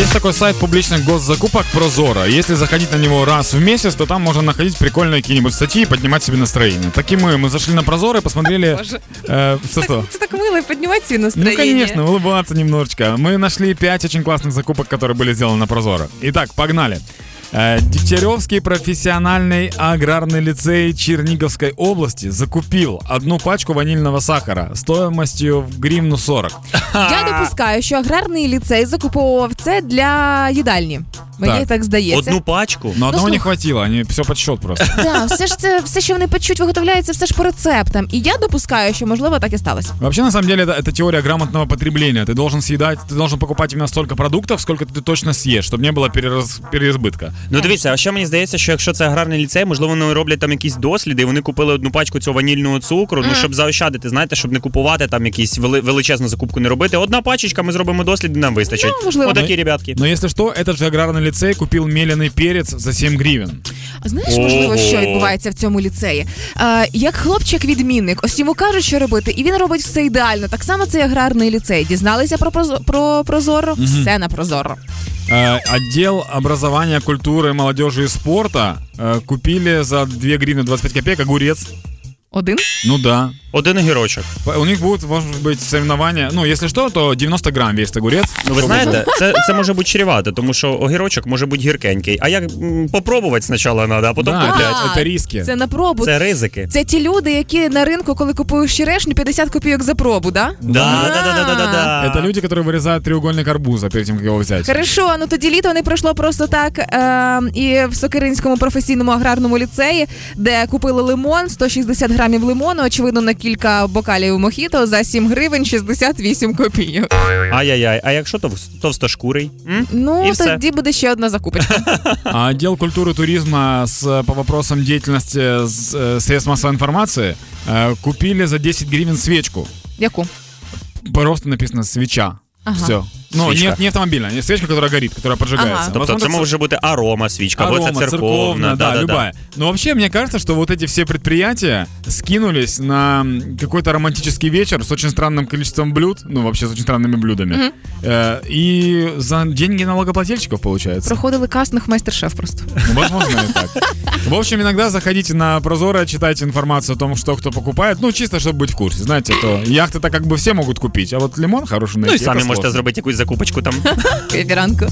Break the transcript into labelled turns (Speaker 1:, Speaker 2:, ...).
Speaker 1: Есть такой сайт публичных госзакупок Прозора. Если заходить на него раз в месяц, то там можно находить прикольные какие-нибудь статьи и поднимать себе настроение. Таким мы, мы зашли на Прозоры и посмотрели...
Speaker 2: Боже.
Speaker 1: э, Что что?
Speaker 2: Це так мило і піднімати свій
Speaker 1: Ну,
Speaker 2: настроєння.
Speaker 1: конечно, улыбаться немножечко. Мы нашли 5 очень классных закупок, которые были сделаны на Прозоро. Итак, погнали. Э, Дегтяревский профессиональный аграрный лицей Черниговской области закупил одну пачку ванильного сахара стоимостью в гривну 40.
Speaker 2: Я допускаю, що аграрний ліцей закуповував це для їдальні. Мені
Speaker 1: Так.
Speaker 2: так, здається.
Speaker 3: Одну пачку?
Speaker 1: Но одного
Speaker 2: слух-
Speaker 1: не хватило, они все подсчет просто.
Speaker 2: Да, все ж це все, що вони печуть, виготовляється все ж по рецептам. І я допускаю, що можливо так і сталося.
Speaker 1: Вообще, на самом деле, это, это теория грамотного потребления. Ты должен съедать, ты должен покупать именно столько продуктов, сколько ты точно съешь, чтобы не было перераз- переизбытка.
Speaker 3: Ну дивіться, а ще мені здається, що якщо це аграрний ліцей, можливо, вони роблять там якісь досліди, і вони купили одну пачку цього ванільного цукру, ну щоб заощадити, знаєте, щоб не купувати там якісь вели- величезну закупку не робити. Одна пачечка, ми зробимо дослід, і нам вистачить.
Speaker 2: Ну, можливо.
Speaker 3: Отакі ребятки.
Speaker 1: Но если что, этот же аграрный лицей купил меленый перец за 7 гривен.
Speaker 2: А Знаєш, можливо,
Speaker 3: Ого.
Speaker 2: що відбувається в цьому ліцеї? Е, як хлопчик-відмінник, ось йому кажуть, що робити, і він робить все ідеально. Так само цей аграрний ліцей. Дізналися про прозо- про прозоро, все на прозоро.
Speaker 1: Э, Отдел образования, культуры, молодежи и спорта э, купили за 2 гривны 25 копеек огурец.
Speaker 2: Один
Speaker 1: Ну да.
Speaker 3: Один огірочок.
Speaker 1: П- У них будут, может быть, соревнования. Ну, если что, то 90 грамм весит огурец.
Speaker 3: Ну, ви
Speaker 1: Чтобы-
Speaker 3: знаєте, це, це може бути чревато, тому що огірочок може бути гіркенький. А як м, попробувати спочатку треба, а потім
Speaker 1: Да,
Speaker 3: купляти.
Speaker 1: это, это риски.
Speaker 2: це на пробу.
Speaker 3: Це ризики.
Speaker 2: Це ті люди, які на ринку, коли купуєш черешню, 50 копійок за пробу, да?
Speaker 3: Да, да, да, да, да, да, да.
Speaker 1: Это люди, которые вырезают треугольник арбуза перед тем, как его взять.
Speaker 2: Хорошо, ну тоді літо не пройшло просто так. Е, і в Сокиринському професійному аграрному ліцеї, де купили лимон, 160 грамів лимону, очевидно, на кілька бокалів мохіто за 7 гривень 68 копійок.
Speaker 3: Ай-яй-яй. А якщо товс- товстошкурий? М?
Speaker 2: Ну
Speaker 3: І все.
Speaker 2: тоді буде ще одна закупочка.
Speaker 1: А Отдел культуры и туризма с, э, по вопросам деятельности с, э, средств массовой информации э, купили за 10 гривен свечку.
Speaker 2: Яку?
Speaker 1: Просто написано «свеча».
Speaker 2: Ага.
Speaker 1: Все. Ну,
Speaker 3: Свечка.
Speaker 1: не, не автомобильная, не свечка, которая горит, которая поджигается.
Speaker 2: Ага.
Speaker 3: Тобто це
Speaker 1: Возможно,
Speaker 3: може бути арома свічка, або це
Speaker 1: Арома,
Speaker 3: церковна.
Speaker 1: да, любая. Но вообще, мне кажется, что вот эти все предприятия скинулись на м, какой-то романтический вечер с очень странным количеством блюд, ну, вообще с очень странными блюдами. Э, и за деньги налогоплательщиков, получается.
Speaker 2: Проходили кастинг в майстер-шеф просто.
Speaker 1: Ну, Возможно, и так. В общем, иногда заходите на Прозоро, читайте информацию о том, что кто покупает. Ну, чисто, чтобы быть в курсе. Знаете, то яхты-то как бы все могут купить, а вот лимон хороший найти.
Speaker 3: Ну і
Speaker 1: это
Speaker 3: самі
Speaker 1: сложно.
Speaker 3: можете зробити якусь закупочку там.
Speaker 2: Віранку.